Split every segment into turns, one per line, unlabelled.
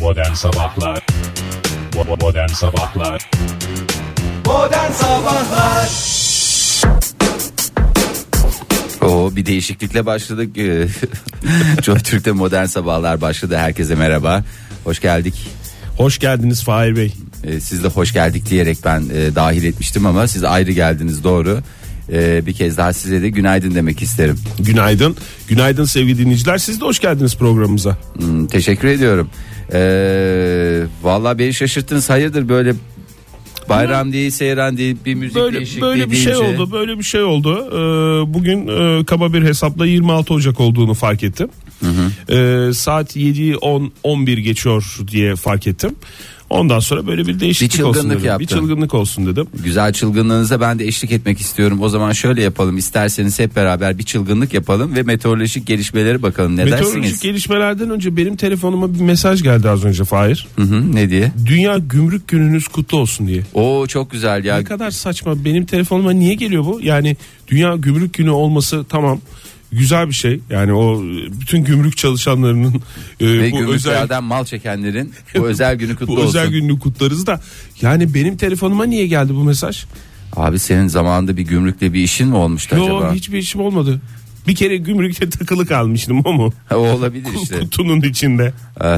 Modern Sabahlar Bo- Modern Sabahlar
Modern Sabahlar
Oo bir değişiklikle başladık. Ee, Joy Türk'te modern sabahlar başladı. Herkese merhaba. Hoş geldik.
Hoş geldiniz Fahir Bey.
Ee, siz de hoş geldik diyerek ben e, dahil etmiştim ama siz ayrı geldiniz doğru. Ee, bir kez daha size de günaydın demek isterim.
Günaydın. Günaydın sevgili dinleyiciler. Siz de hoş geldiniz programımıza.
Hmm, teşekkür ediyorum. Ee, vallahi beni şaşırttınız. Hayırdır böyle bayram değil, seyran değil, bir müzik
Böyle
değişikliği
böyle bir şey
deyince-
oldu. Böyle bir şey oldu. Ee, bugün e, kaba bir hesapla 26 Ocak olduğunu fark ettim. Ee, saat 7'yi 10 11 geçiyor diye fark ettim. Ondan sonra böyle bir değişiklik
Bir
olsun
çılgınlık
dedim. Bir
yaptın.
çılgınlık olsun dedim.
Güzel çılgınlığınıza ben de eşlik etmek istiyorum. O zaman şöyle yapalım. İsterseniz hep beraber bir çılgınlık yapalım ve meteorolojik gelişmeleri bakalım. Ne
Meteorolojik
dersiniz?
gelişmelerden önce benim telefonuma bir mesaj geldi az önce Fahir.
Hı hı, ne diye?
Dünya Gümrük Gününüz kutlu olsun diye.
Oo çok güzel ya.
Ne kadar saçma benim telefonuma niye geliyor bu? Yani dünya gümrük günü olması tamam güzel bir şey. Yani o e, bütün gümrük çalışanlarının e,
Ve
bu özel
gümrüklerden mal çekenlerin bu özel günü kutlu
bu
olsun.
özel gününü kutlarız da yani benim telefonuma niye geldi bu mesaj?
Abi senin zamanında bir gümrükle bir işin mi olmuştu acaba?
Yo hiçbir işim olmadı. Bir kere gümrükte takılı kalmıştım o mu?
Ha, o olabilir işte.
Kutunun içinde.
Ee,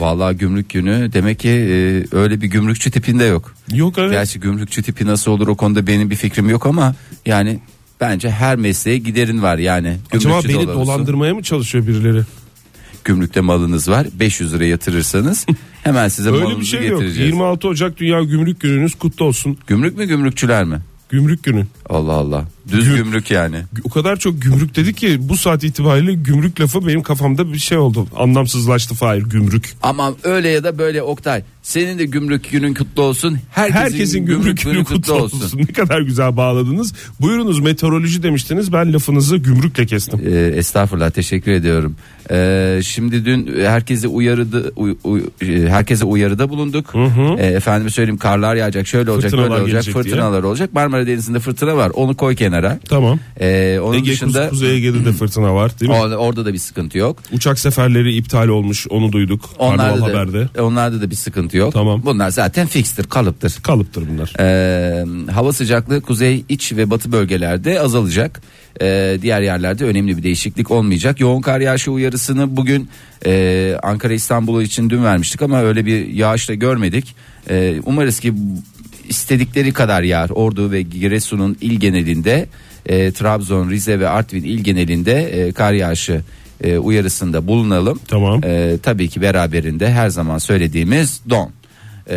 vallahi gümrük günü demek ki e, öyle bir gümrükçü tipinde yok.
Yok evet.
Gerçi gümrükçü tipi nasıl olur o konuda benim bir fikrim yok ama yani bence her mesleğe giderin var yani.
Acaba
Gümrükçü de
beni
olursun.
dolandırmaya mı çalışıyor birileri?
Gümrükte malınız var 500 lira yatırırsanız hemen size
Öyle
malınızı
bir şey yok.
getireceğiz.
26 Ocak Dünya Gümrük Gününüz kutlu olsun.
Gümrük mü gümrükçüler mi?
Gümrük Günü.
Allah Allah. Düz
Güm-
gümrük yani.
o kadar çok gümrük dedi ki bu saat itibariyle gümrük lafı benim kafamda bir şey oldu. Anlamsızlaştı Fahir gümrük.
Aman öyle ya da böyle Oktay. Senin de gümrük günün kutlu olsun. Herkesin,
Herkesin gümrük günü kutlu olsun. Ne kadar güzel bağladınız. Buyurunuz meteoroloji demiştiniz ben lafınızı gümrükle kestim.
Ee, estağfurullah teşekkür ediyorum. Ee, şimdi dün herkese uyarıda uy- uy- e, herkese uyarıda bulunduk. Ee, efendim söyleyeyim karlar yağacak, şöyle olacak,
Fırtınalar
böyle olacak,
gelecek diye.
fırtınalar olacak. Marmara Denizi'nde fırtına var. Onu koy kenara.
Tamam.
Ee, onun
Ege
dışında Hmm.
Kuzu- Kuzey Ege'de de fırtına var değil mi?
o- orada da bir sıkıntı yok.
Uçak seferleri iptal olmuş onu duyduk. Karnaval
Onlarda
haberde.
da, onlarda da bir sıkıntı yok.
Tamam.
Bunlar zaten fikstir, kalıptır.
Kalıptır bunlar.
Ee, hava sıcaklığı kuzey iç ve batı bölgelerde azalacak. Ee, diğer yerlerde önemli bir değişiklik olmayacak. Yoğun kar yağışı uyarısını bugün e, Ankara İstanbul için dün vermiştik ama öyle bir yağış da görmedik. Ee, umarız ki istedikleri kadar yağar. Ordu ve Giresun'un il genelinde e, Trabzon, Rize ve Artvin il genelinde e, kar yağışı e, uyarısında bulunalım.
Tamam.
Ee, tabii ki beraberinde her zaman söylediğimiz don. Ee,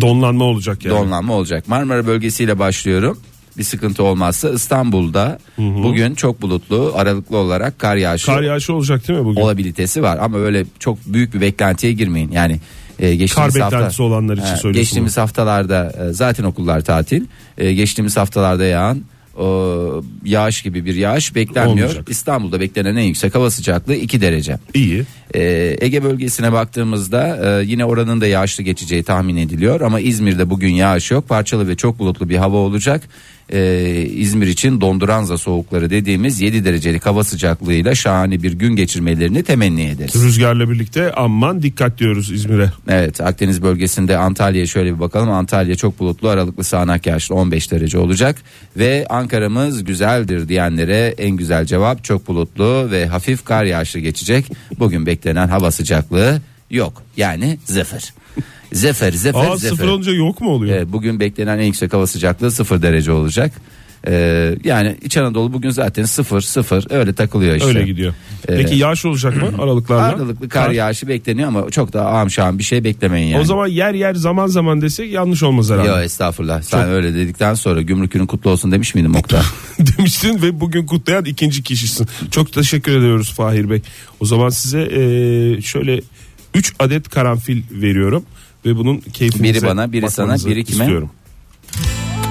Donlanma olacak yani.
donlanma olacak. Marmara bölgesiyle başlıyorum. Bir sıkıntı olmazsa İstanbul'da bugün çok bulutlu aralıklı olarak kar yağışı
Kar yağışı olacak değil mi bugün?
olabilitesi var ama öyle çok büyük bir beklentiye girmeyin. Yani e, geçtiğimiz
Kar beklentisi
hafta
olanlar için
Ha,
söylüyorsun.
geçtiğimiz haftalarda e, zaten okullar tatil. E, geçtiğimiz haftalarda yağan e, yağış gibi bir yağış beklenmiyor.
Olmayacak.
İstanbul'da beklenen en yüksek hava sıcaklığı 2 derece.
bunu. İyi.
Ee, Ege bölgesine baktığımızda e, yine oranın da yağışlı geçeceği tahmin ediliyor ama İzmir'de bugün yağış yok parçalı ve çok bulutlu bir hava olacak. Ee, İzmir için donduranza soğukları dediğimiz 7 derecelik hava sıcaklığıyla şahane bir gün geçirmelerini temenni ederiz.
Rüzgarla birlikte aman dikkat diyoruz İzmir'e.
Evet Akdeniz bölgesinde Antalya'ya şöyle bir bakalım. Antalya çok bulutlu aralıklı sağanak yağışlı 15 derece olacak. Ve Ankara'mız güzeldir diyenlere en güzel cevap çok bulutlu ve hafif kar yağışlı geçecek. Bugün beklenen hava sıcaklığı yok. Yani zıfır. Zıfır zıfır
Aa
zıfır.
sıfır olunca yok mu oluyor?
Evet, bugün beklenen en yüksek hava sıcaklığı 0 derece olacak. Ee, yani İç Anadolu bugün zaten 0 0 öyle takılıyor işte.
Öyle gidiyor. Peki yağış olacak mı aralıklarla?
Ee, Aralıklı kar yağışı bekleniyor ama çok da ağam şahım bir şey beklemeyin yani.
O zaman yer yer zaman zaman desek yanlış olmaz
Ya
herhalde.
estağfurullah. Sen öyle dedikten sonra gümrük günün kutlu olsun demiş miydim Oktay?
Demiştin ve bugün kutlayan ikinci kişisin. Çok teşekkür ediyoruz Fahir Bey. O zaman size eee, şöyle 3 adet karanfil veriyorum ve bunun keyfinize
Biri bana, biri sana,
bakmanızı
biri kime?
Istiyorum.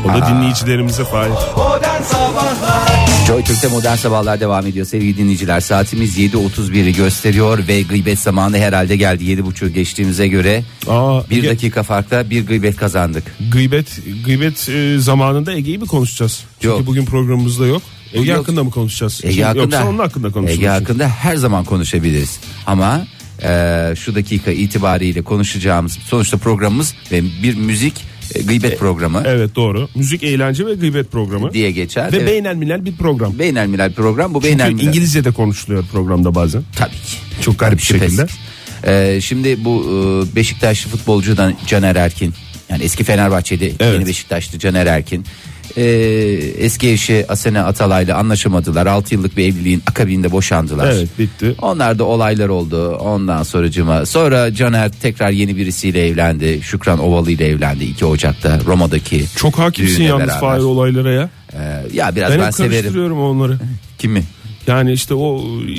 O da dinleyicilerimize Fahir.
Modern Sabahlar
Joy Türk'te modern sabahlar devam ediyor sevgili dinleyiciler. Saatimiz 7.31'i gösteriyor ve gıybet zamanı herhalde geldi. 7.30 geçtiğimize göre
Aa,
bir
Ege-
dakika farkla bir gıybet kazandık.
Gıybet gıybet e, zamanında Ege'yi mi konuşacağız? Çünkü
Yok.
bugün programımızda yok. Ege
Yok.
hakkında mı konuşacağız?
Ege
Çünkü
hakkında,
Yoksa onun hakkında konuşuruz.
Ege hakkında her zaman konuşabiliriz. Ama e, şu dakika itibariyle konuşacağımız sonuçta programımız ve bir müzik e, gıybet programı
Evet doğru. Müzik, eğlence ve gıybet programı.
diye geçer.
Ve
Evet.
beynel milel bir program.
Beynelmiral program bu beynelmiral.
Çünkü İngilizce de konuşuluyor programda bazen.
Tabii ki.
Çok garip bir
Şüphesiz.
şekilde.
Ee, şimdi bu e, Beşiktaşlı futbolcudan Caner Erkin. Yani eski Fenerbahçeli yeni
Evet.
Beşiktaşlı Caner Erkin. Ee, eski eşi Asena Atalay'la anlaşamadılar. 6 yıllık bir evliliğin akabinde boşandılar.
Evet, bitti.
Onlar da olaylar oldu. Ondan sonra cuma. Sonra Caner tekrar yeni birisiyle evlendi. Şükran Ovalı ile evlendi 2 Ocak'ta Roma'daki.
Çok hakimsin
düğüne
yalnız
beraber.
Fahir olaylara ya.
Ee, ya biraz
ben
ben
hep
severim.
karıştırıyorum onları.
Kimi?
Yani işte o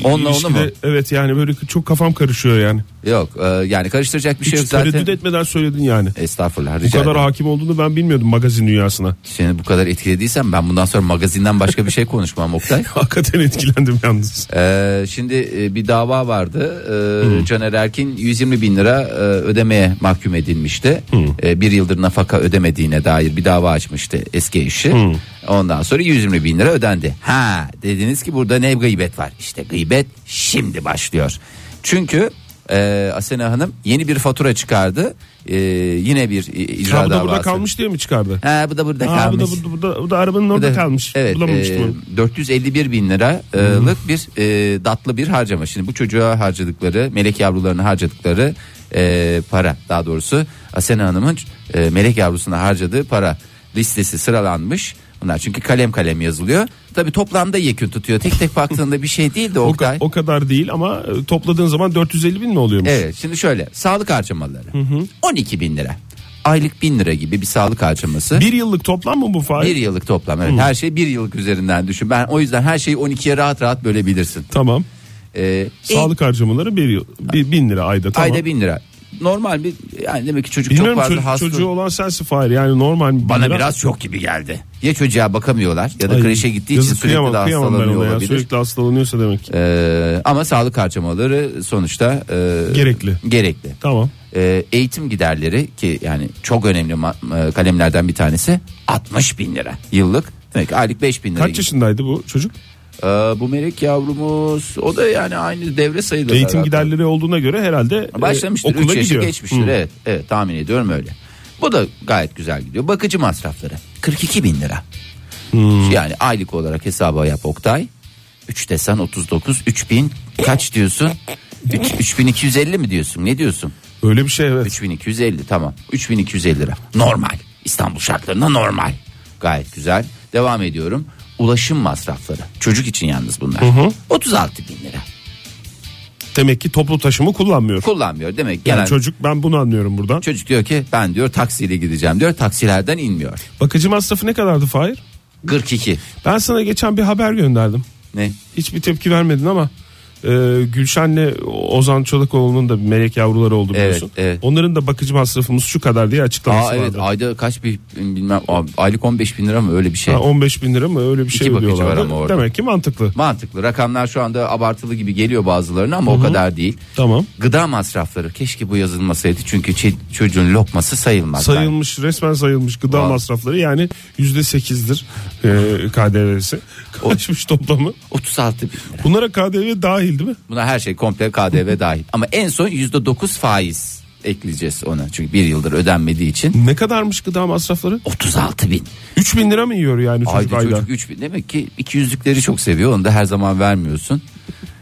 Onunla onu
ilişkide-
mu?
Evet yani böyle çok kafam karışıyor yani.
Yok e, yani karıştıracak bir şey yok
Hiç
zaten.
tereddüt etmeden söyledin yani.
Estağfurullah
Bu
rica
kadar
ederim.
hakim olduğunu ben bilmiyordum magazin dünyasına.
Seni bu kadar etkilediysem ben bundan sonra magazinden başka bir şey konuşmam Oktay.
Hakikaten etkilendim yalnız.
Ee, şimdi e, bir dava vardı. Ee, Caner Erkin 120 bin lira e, ödemeye mahkum edilmişti. Ee, bir yıldır nafaka ödemediğine dair bir dava açmıştı eski eşi. Ondan sonra 120 bin lira ödendi. Ha dediniz ki burada ne gıybet var? İşte gıybet şimdi başlıyor. Çünkü e, Asena Hanım yeni bir fatura çıkardı. Ee, yine bir e, icra
Ha, bu da burada
davası.
kalmış diye mi çıkardı?
Ha bu da burada
Ha, bu,
kalmış.
da, bu, da, bu, da, bu da arabanın orada
Evet,
kalmış.
Evet,
Bulamamıştım
e,
onu.
451 bin liralık bir e, datlı bir harcama. Şimdi bu çocuğa harcadıkları, melek yavrularına harcadıkları e, para daha doğrusu Asena Hanım'ın e, melek yavrusuna harcadığı para listesi sıralanmış. Bunlar çünkü kalem kalem yazılıyor. Tabi toplamda yekün tutuyor. Tek tek baktığında bir şey değil de
O,
Oktay.
o kadar değil ama e, topladığın zaman 450 bin mi oluyormuş?
Evet şimdi şöyle sağlık harcamaları 12 bin lira. Aylık bin lira gibi bir sağlık harcaması.
Bir yıllık toplam mı bu faiz?
Bir yıllık toplam evet. Her şey bir yıllık üzerinden düşün. Ben o yüzden her şeyi 12'ye rahat rahat bölebilirsin.
Tamam.
Ee,
Sağlık harcamaları bir yıl. Bir, bin lira ayda
e,
tamam.
ayda 1000 lira. Normal bir yani demek ki çocuk
Bilmiyorum
çok fazla
çocuk-
hasta.
çocuğu olan sensin Fahir. Yani normal bin
Bana
lira-
biraz çok gibi geldi. Ya çocuğa bakamıyorlar ya da
Ay,
kreşe gittiği için
yazık,
sürekli
kıyamam,
de
kıyamam ben
hastalanıyor
ona ya.
olabilir.
Sürekli hastalanıyorsa demek ki.
Ee, ama sağlık harcamaları sonuçta e,
Gerekli.
gerekli.
Tamam.
Ee, eğitim giderleri ki yani çok önemli ma- e, kalemlerden bir tanesi 60 bin lira yıllık. Demek ki aylık 5 bin lira.
Kaç yaşındaydı bu çocuk?
Ee, bu melek yavrumuz o da yani aynı devre sayılır.
Eğitim
herhalde.
giderleri olduğuna göre herhalde e,
Başlamıştır.
okula
3 yaşı
gidiyor.
geçmiştir.
Hı.
Evet, evet tahmin ediyorum öyle. Bu da gayet güzel gidiyor. Bakıcı masrafları 42 bin lira.
Hmm.
Yani aylık olarak hesaba yap Oktay. 3 desen 39 3000 kaç diyorsun? Üç- 3250 mi diyorsun? Ne diyorsun?
Öyle bir şey evet.
3250 tamam. 3250 lira. Normal. İstanbul şartlarında normal. Gayet güzel. Devam ediyorum. Ulaşım masrafları. Çocuk için yalnız bunlar. 36 bin lira.
Demek ki toplu taşımı kullanmıyor.
Kullanmıyor demek.
Yani
Gelen
çocuk ben bunu anlıyorum buradan.
Çocuk diyor ki ben diyor taksiyle gideceğim diyor. Taksilerden inmiyor.
Bakıcı masrafı ne kadardı Fahir?
42.
Ben sana geçen bir haber gönderdim.
Ne?
Hiçbir tepki vermedin ama e, Gülşen'le Ozan Çolakoğlu'nun da bir melek yavruları oldu
Evet,
biliyorsun.
evet.
Onların da bakıcı masrafımız şu kadar diye açıklaması
Aa evet
vardı.
ayda kaç bir bilmem abi, aylık 15 bin lira mı öyle bir şey.
Ha, 15 bin lira mı öyle bir şey
İki bakıcı
diyorlardı.
var ama orada.
Demek ki mantıklı.
Mantıklı rakamlar şu anda abartılı gibi geliyor bazılarına ama o kadar değil.
Tamam.
Gıda masrafları keşke bu yazılmasaydı çünkü çi- çocuğun lokması sayılmaz.
Sayılmış resmen sayılmış gıda
Vallahi.
masrafları yani yüzde sekizdir e, KDV'si. Kaçmış toplamı.
Ben- 36 bin lira.
Bunlara KDV dahil değil mi?
Buna her şey komple KDV dahil ama en son %9 faiz ekleyeceğiz ona çünkü bir yıldır ödenmediği için
Ne kadarmış gıda masrafları?
36 bin.
3 bin lira mı yiyor yani çocuk
Ayda
ayda?
çocuk 3000 demek ki 200'lükleri çok seviyor onu da her zaman vermiyorsun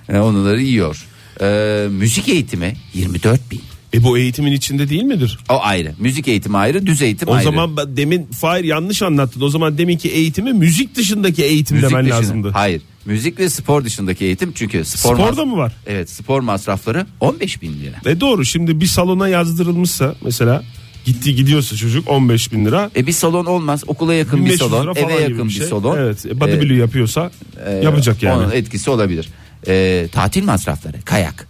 e, onları yiyor Ee, müzik eğitimi 24 bin
E bu eğitimin içinde değil midir?
o ayrı müzik eğitimi ayrı düz eğitim
O
ayrı
zaman ben- demin Fahir yanlış anlattın. O zaman deminki eğitimi müzik dışındaki eğitim
müzik
demen
dışında-
lazımdı.
hayır müzik ve spor dışındaki eğitim çünkü spor
Sporda mı var?
evet spor masrafları 15 bin lira
E doğru şimdi bir salona yazdırılmışsa mesela gitti gidiyorsa çocuk 15 bin lira.
e bir salon olmaz okula yakın bir
1500 lira
salon
falan
eve
gibi
yakın bir,
şey.
salon
Evet e,
Ee, e,
bodybuilding yapıyorsa yapacak yani.
onun etkisi olabilir Ee, tatil masrafları kayak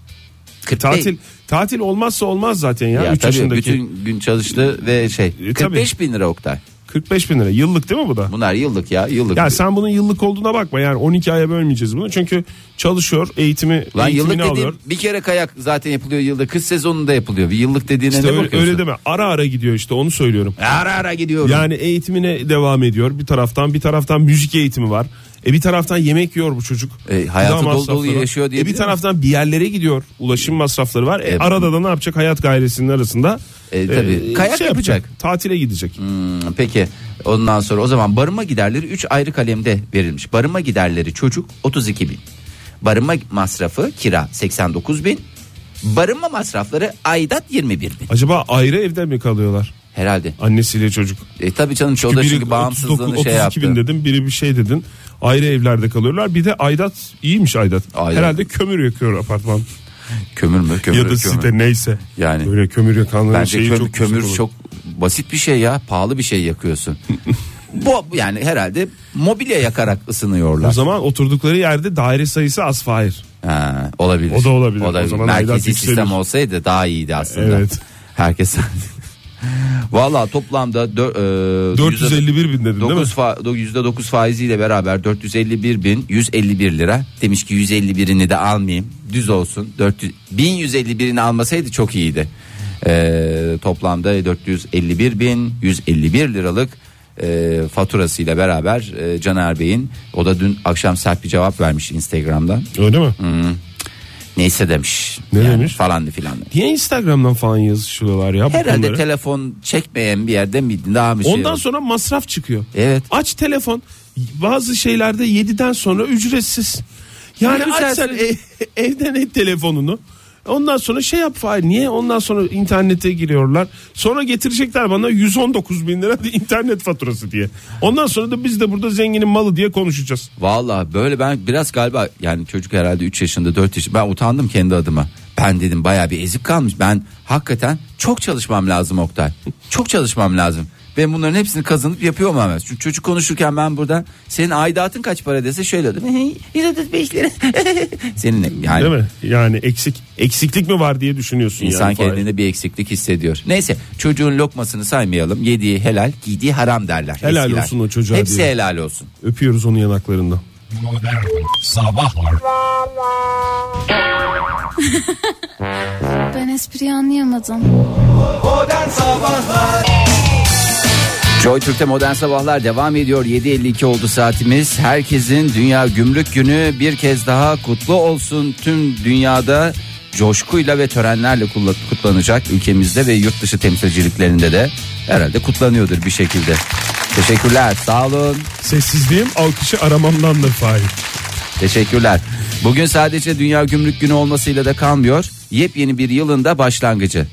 45
E, Tatil tatil olmazsa olmaz zaten ya,
Ya
3
tabii
yaşındaki.
bütün gün çalıştı ve şey
E, tabii.
45 bin lira Oktay.
45 bin lira yıllık değil mi bu da?
Bunlar yıllık ya yıllık.
Ya sen bunun yıllık olduğuna bakma yani 12 aya bölmeyeceğiz bunu çünkü çalışıyor eğitimi
Lan
eğitimini
yıllık dediğin
alıyor.
bir kere kayak zaten yapılıyor yılda kız sezonunda yapılıyor. Bir yıllık dediğine
İşte
ne
öyle,
bakıyorsun?
öyle deme ara ara gidiyor işte onu söylüyorum.
Ara ara gidiyorum.
Yani eğitimine devam ediyor bir taraftan bir taraftan müzik eğitimi var. E bir taraftan yemek yiyor bu çocuk.
E, hayatı
Gıda
dolu dolu
masrafları.
yaşıyor
E
diyebilir
bir taraftan bir yerlere gidiyor. Ulaşım masrafları var. E,
E,
arada da ne yapacak? Hayat gayresinin arasında. şey
E, tabii. Kayak yapacak.
Tatile gidecek.
Hmm, Peki ondan sonra o zaman barınma giderleri 3 ayrı kalemde verilmiş. Barınma giderleri çocuk 32 bin. Barınma masrafı kira 89 bin. Barınma masrafları aidat 21 bin.
Acaba ayrı evde mi kalıyorlar?
Herhalde.
Annesiyle çocuk.
E tabii canım o da çünkü bağımsızlığını şey yaptı.
bin dedin biri bir şey dedin. Ayrı evlerde kalıyorlar. Bir de aidat iyiymiş aidat.
Aidat.
Herhalde kömür yakıyor apartman.
Kömür mü? Kömür,
ya da
kömür.
site neyse.
Yani.
Böyle kömür yakanların
Bence
şeyi
kömür,
çok
kömür
yüksek olur.
çok basit bir şey ya. Pahalı bir şey yakıyorsun. Bu yani herhalde mobilya yakarak ısınıyorlar.
O zaman oturdukları yerde daire sayısı az Fahir.
Ha, olabilir.
O da olabilir. O zaman aidat
Merkezi
yükselir.
sistem olsaydı daha iyiydi aslında.
Evet.
Herkes. Valla toplamda dö- e,
451 bin dedin değil mi?
dokuz fa- do- yüzde dokuz faiziyle beraber 451 bin 151 lira. Demiş ki 151'ini de almayayım. Düz olsun. 400, 1151'ini almasaydı çok iyiydi. E, toplamda 451 bin 151 liralık e, faturasıyla beraber e, Caner Bey'in o da dün akşam sert bir cevap vermiş Instagram'dan.
Öyle mi?
Neyse demiş.
Ne demiş?
Falan filan.
Niye Instagram'dan falan yazışıyorlar ya bu
Herhalde
konuları?
telefon çekmeyen bir yerde miydi? Daha bir şey.
Ondan
yok.
sonra masraf çıkıyor.
Evet.
Aç telefon. Bazı şeylerde 7'den sonra ücretsiz.
Ne
Yani
güzel
açsan e- evden et telefonunu. Ondan sonra şey yap Fahir niye ondan sonra internete giriyorlar sonra getirecekler bana 119 bin lira internet faturası diye ondan sonra da biz de burada zenginin malı diye konuşacağız
Vallahi böyle ben biraz galiba yani çocuk herhalde 3 yaşında 4 yaşında ben utandım kendi adıma. Ben dedim bayağı bir ezik kalmış. Ben hakikaten çok çalışmam lazım Oktay. Çok çalışmam lazım. Ben bunların hepsini kazanıp yapıyor olmam lazım. Çünkü çocuk konuşurken ben burada senin aidatın kaç para dese şöyle dedim. 135 lira. Senin yani
değil mi yani eksik eksiklik mi var diye düşünüyorsun
İnsan
yani Fahir.
kendinde bir eksiklik hissediyor. Neyse çocuğun lokmasını saymayalım. Yediği helal, giydiği haram derler.
Helal olsun o çocuğa
Hepsi
diyor.
helal olsun.
öpüyoruz onun yanaklarından
Modern Sabahlar
Ben espriyi anlayamadım.
Modern Sabahlar
Joy Türk'te modern sabahlar devam ediyor. 7.52 oldu saatimiz. Herkesin Dünya Gümrük Günü bir kez daha kutlu olsun. Tüm dünyada coşkuyla ve törenlerle kutla- kutlanacak. Ülkemizde ve yurt dışı temsilciliklerinde de herhalde kutlanıyordur bir şekilde. Teşekkürler sağ olun.
sessizliğim alkışı aramamdandır Fahir
Teşekkürler. Bugün sadece Dünya Gümrük Günü olmasıyla da kalmıyor. Yepyeni bir yılın da başlangıcı.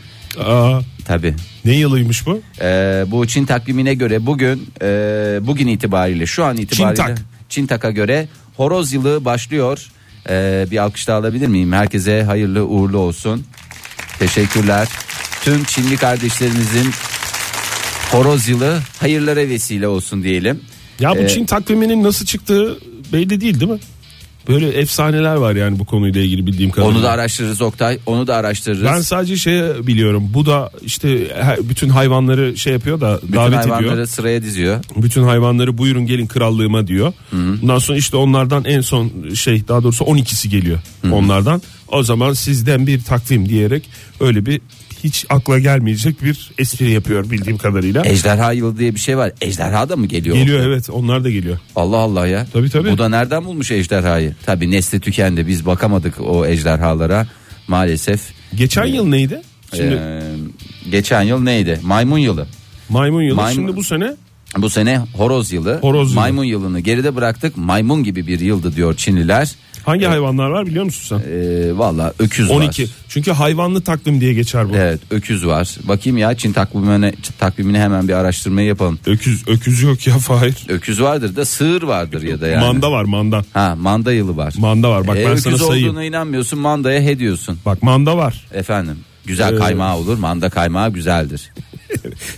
Aa,
Tabii.
ne yılıymış bu
Ee, bu Çin takvimine göre bugün e, bugün itibariyle şu an itibariyle
Çin tak.
Çin taka göre horoz yılı başlıyor. Ee, bir alkış da alabilir miyim? Herkese hayırlı uğurlu olsun. Teşekkürler. Tüm Çinli kardeşlerimizin horoz yılı hayırlara vesile olsun diyelim.
Ya bu
Ee,
Çin takviminin nasıl çıktığı belli değil değil mi? Böyle efsaneler var yani bu konuyla ilgili bildiğim kadarıyla.
Onu da araştırırız Oktay. Onu da araştırırız.
Ben sadece şey biliyorum. Bu da işte her- bütün hayvanları şey yapıyor da
Bütün
davet
hayvanları
ediyor.
sıraya diziyor.
Bütün hayvanları buyurun gelin krallığıma diyor. Ondan sonra işte onlardan en son şey daha doğrusu 12'si geliyor onlardan. O zaman sizden bir takvim diyerek öyle bir hiç akla gelmeyecek bir espri yapıyor bildiğim kadarıyla.
Ejderha yılı diye bir şey var. Ejderha da mı geliyor?
Geliyor evet onlar da geliyor.
Allah Allah ya.
Tabii, tabii.
Bu da nereden bulmuş ejderhayı? Tabii nesli tükendi. Biz bakamadık o ejderhalara maalesef.
Geçen
E,
yıl neydi? Şimdi
Ee, geçen yıl neydi? Maymun yılı.
maymun yılı
maymun-
şimdi bu sene
Bu sene horoz yılı.
Horoz yılı.
Maymun yılını geride bıraktık. Maymun gibi bir yıldı diyor Çinliler.
Hangi
E,
hayvanlar var biliyor musun sen?
Ee, Valla öküz
12.
var.
Çünkü hayvanlı takvim diye geçer bu.
Evet öküz var. Bakayım ya Çin takvimine, takvimini hemen bir araştırmayı yapalım.
Öküz öküz yok ya Fahir.
Öküz vardır da sığır vardır ya da yani.
Manda var manda.
Ha manda yılı var.
Manda var. Bak
Ee,
ben
öküz
sana sayayım.
olduğuna inanmıyorsun mandaya he diyorsun.
Bak manda var.
Efendim güzel
Ee,
kaymağı olur manda kaymağı güzeldir.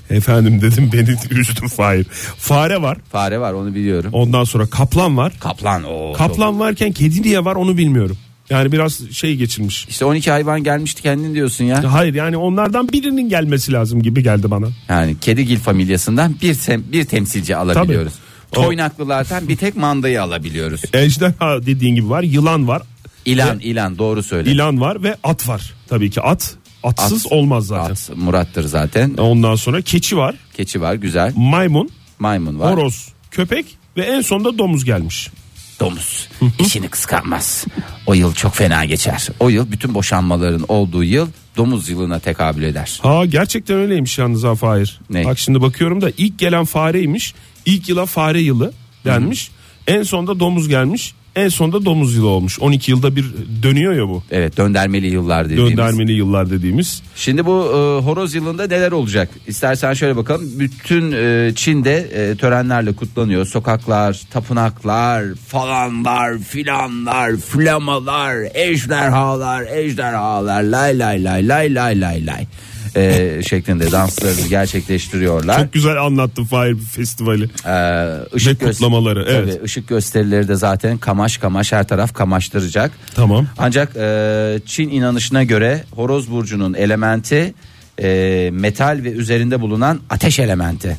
Efendim dedim beni üzdün Fahir. Fare var.
Fare var onu biliyorum.
Ondan sonra kaplan var.
Kaplan o.
Kaplan varken kedi diye var onu bilmiyorum. Yani biraz şey geçirmiş.
İşte 12 hayvan gelmişti kendin diyorsun ya.
Hayır yani onlardan birinin gelmesi lazım gibi geldi bana.
Yani kedigil familyasından bir tem- bir temsilci alabiliyoruz.
O-
Toynaklılardan bir tek mandayı alabiliyoruz.
Ejderha dediğin gibi var. Yılan var.
İlan ilan doğru söyle.
ilan var ve at var. Tabii ki at. Atsız
At-
olmaz zaten.
At, Murat'tır zaten.
Ondan sonra keçi var.
Keçi var güzel.
Maymun.
Maymun var.
horoz, köpek ve en sonunda domuz gelmiş.
domuz. İşini kıskanmaz. O yıl çok fena geçer. O yıl bütün boşanmaların olduğu yıl domuz yılına tekabül eder.
Ha gerçekten öyleymiş yalnız ha Fahir.
Ne?
Bak şimdi bakıyorum da ilk gelen fareymiş. İlk yıla fare yılı denmiş. En sonda domuz gelmiş. En sonda domuz yılı olmuş. 12 yılda bir dönüyor ya bu.
Evet döndermeli yıllar dediğimiz.
Döndermeli yıllar dediğimiz.
Şimdi bu e, horoz yılında neler olacak? İstersen şöyle bakalım. Bütün e, Çin'de e, törenlerle kutlanıyor. Sokaklar, tapınaklar, falanlar, filanlar, flamalar, ejderhalar, ejderhalar, lay lay lay lay lay lay lay e, şeklinde danslarını gerçekleştiriyorlar.
Çok güzel anlattın Fahir bu festivali.
Ee, ışık
Ve kutlamaları,
göster-
evet.
Tabii, ışık gösterileri de zaten kamaş kamaş her taraf kamaştıracak.
Tamam.
Ancak e, Çin inanışına göre horoz burcunun elementi e, metal ve üzerinde bulunan ateş elementi.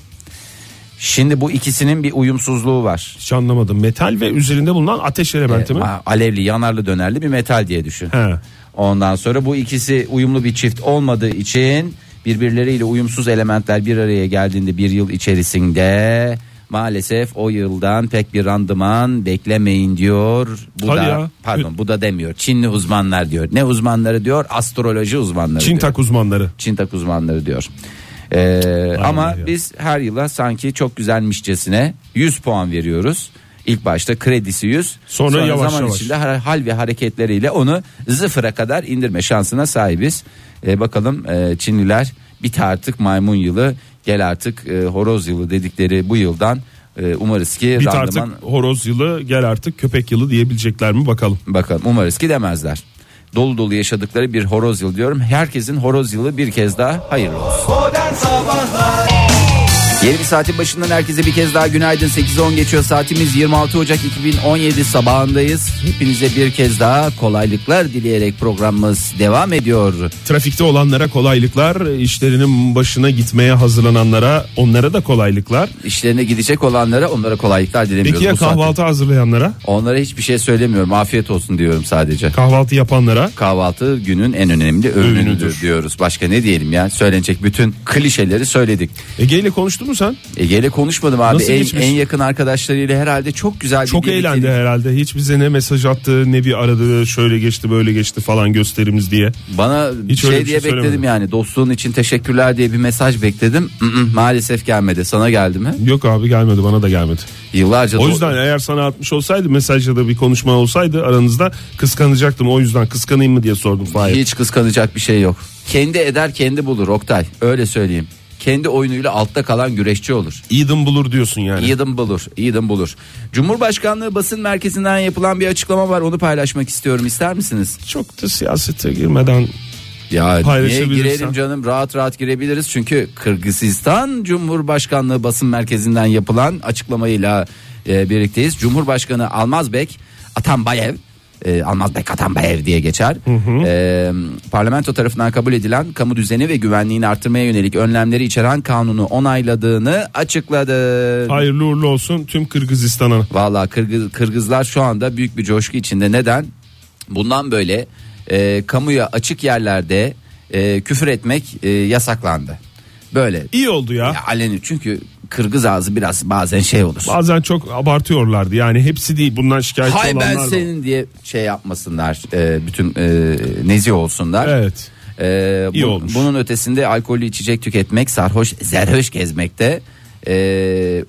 Şimdi bu ikisinin bir uyumsuzluğu var.
Hiç anlamadım. Metal ve üzerinde bulunan ateş elementi mi?
Ha, Alevli, yanarlı, dönerli bir metal diye düşün.
He.
Ondan sonra bu ikisi uyumlu bir çift olmadığı için birbirleriyle uyumsuz elementler bir araya geldiğinde bir yıl içerisinde maalesef o yıldan pek bir randıman beklemeyin diyor. Bu
Hadi
da
ya.
pardon bu da demiyor. Çinli uzmanlar diyor. Ne uzmanları diyor? Astroloji uzmanları.
Çin
diyor.
tak uzmanları.
Çin tak uzmanları diyor. Ee, ama
ya.
biz her yıla sanki çok güzelmişçesine 100 puan veriyoruz. İlk başta kredisi 100
Sonra yavaş
zaman
yavaş.
içinde har- hal ve hareketleriyle onu sıfıra kadar indirme şansına sahibiz. Ee, bakalım e, Çinliler bit artık maymun yılı gel artık e, horoz yılı dedikleri bu yıldan e, umarız ki
Bit
randıman-
artık horoz yılı gel artık köpek yılı diyebilecekler mi bakalım.
Bakalım umarız ki demezler. Dolu dolu yaşadıkları bir horoz yılı diyorum. Herkesin horoz yılı bir kez daha hayırlı olsun.
Modern Sabahlar
Yeni bir saatin başından herkese bir kez daha günaydın. 8.10 geçiyor saatimiz 26 Ocak 2017 sabahındayız. Hepinize bir kez daha kolaylıklar dileyerek programımız devam ediyor.
Trafikte olanlara kolaylıklar, işlerinin başına gitmeye hazırlananlara onlara da kolaylıklar.
İşlerine gidecek olanlara onlara kolaylıklar dilemiyoruz.
Peki ya
bu saatte.
kahvaltı hazırlayanlara,
Onlara hiçbir şey söylemiyorum afiyet olsun diyorum sadece.
kahvaltı yapanlara?
Kahvaltı günün en önemli öğünüdür
Öğünüdür.
diyoruz. Başka ne diyelim ya söylenecek bütün klişeleri söyledik.
Ege E, ile konuştun mu sen?
Ege'yle konuşmadım abi
Nasıl
en,
geçmiş?
en yakın arkadaşlarıyla herhalde çok güzel bir
Çok
birliktelik-
eğlendi herhalde. Hiç bize ne mesaj attı, ne bir aradı, şöyle geçti, böyle geçti falan gösterimiz diye.
Bana
Hiç öyle
şey
bir
diye
şey
bekledim
söylemedi.
yani dostluğun için teşekkürler diye bir mesaj bekledim. Mm-mm, maalesef gelmedi. Sana geldi mi?
Yok abi gelmedi, bana da gelmedi.
Yıllarca
O
do-
yüzden eğer sana atmış olsaydı mesajla da bir konuşma olsaydı aranızda kıskanacaktım. O yüzden kıskanayım mı diye sordum Fahir.
hiç kıskanacak bir şey yok. Kendi eder kendi bulur Oktay. Öyle söyleyeyim. Kendi oyunuyla altta kalan güreşçi olur.
Eden bulur diyorsun yani.
Eden bulur, Eden bulur. Cumhurbaşkanlığı basın merkezinden yapılan bir açıklama var. Onu paylaşmak istiyorum. İster misiniz?
Çok da siyasete girmeden
Ya niye
Paylaşabilirsen.
girelim canım? Rahat rahat girebiliriz. Çünkü Kırgızistan Cumhurbaşkanlığı basın merkezinden yapılan açıklamayla e, birlikteyiz. Cumhurbaşkanı Almazbek Atambayev e, Almazbek Atambayev diye geçer. E, parlamento tarafından kabul edilen kamu düzeni ve güvenliğini artırmaya yönelik önlemleri içeren kanunu onayladığını açıkladı.
hayırlı uğurlu olsun tüm Kırgızistan'a.
Valla Kırgız, Kırgızlar şu anda büyük bir coşku içinde. Neden? Bundan böyle e, kamuya açık yerlerde e, küfür etmek e, yasaklandı. Böyle
İyi oldu ya.
Ya aleni çünkü Kırgız ağzı biraz bazen şey olur.
Bazen çok abartıyorlardı yani hepsi değil bundan şikayetçi
Hay
olanlar
ben
var.
senin diye şey yapmasınlar e, bütün e, nezi olsunlar.
Evet.
Ee,
İyi
bu-
olmuş.
Bunun ötesinde alkollü içecek tüketmek, sarhoş, zerhoş gezmekte e,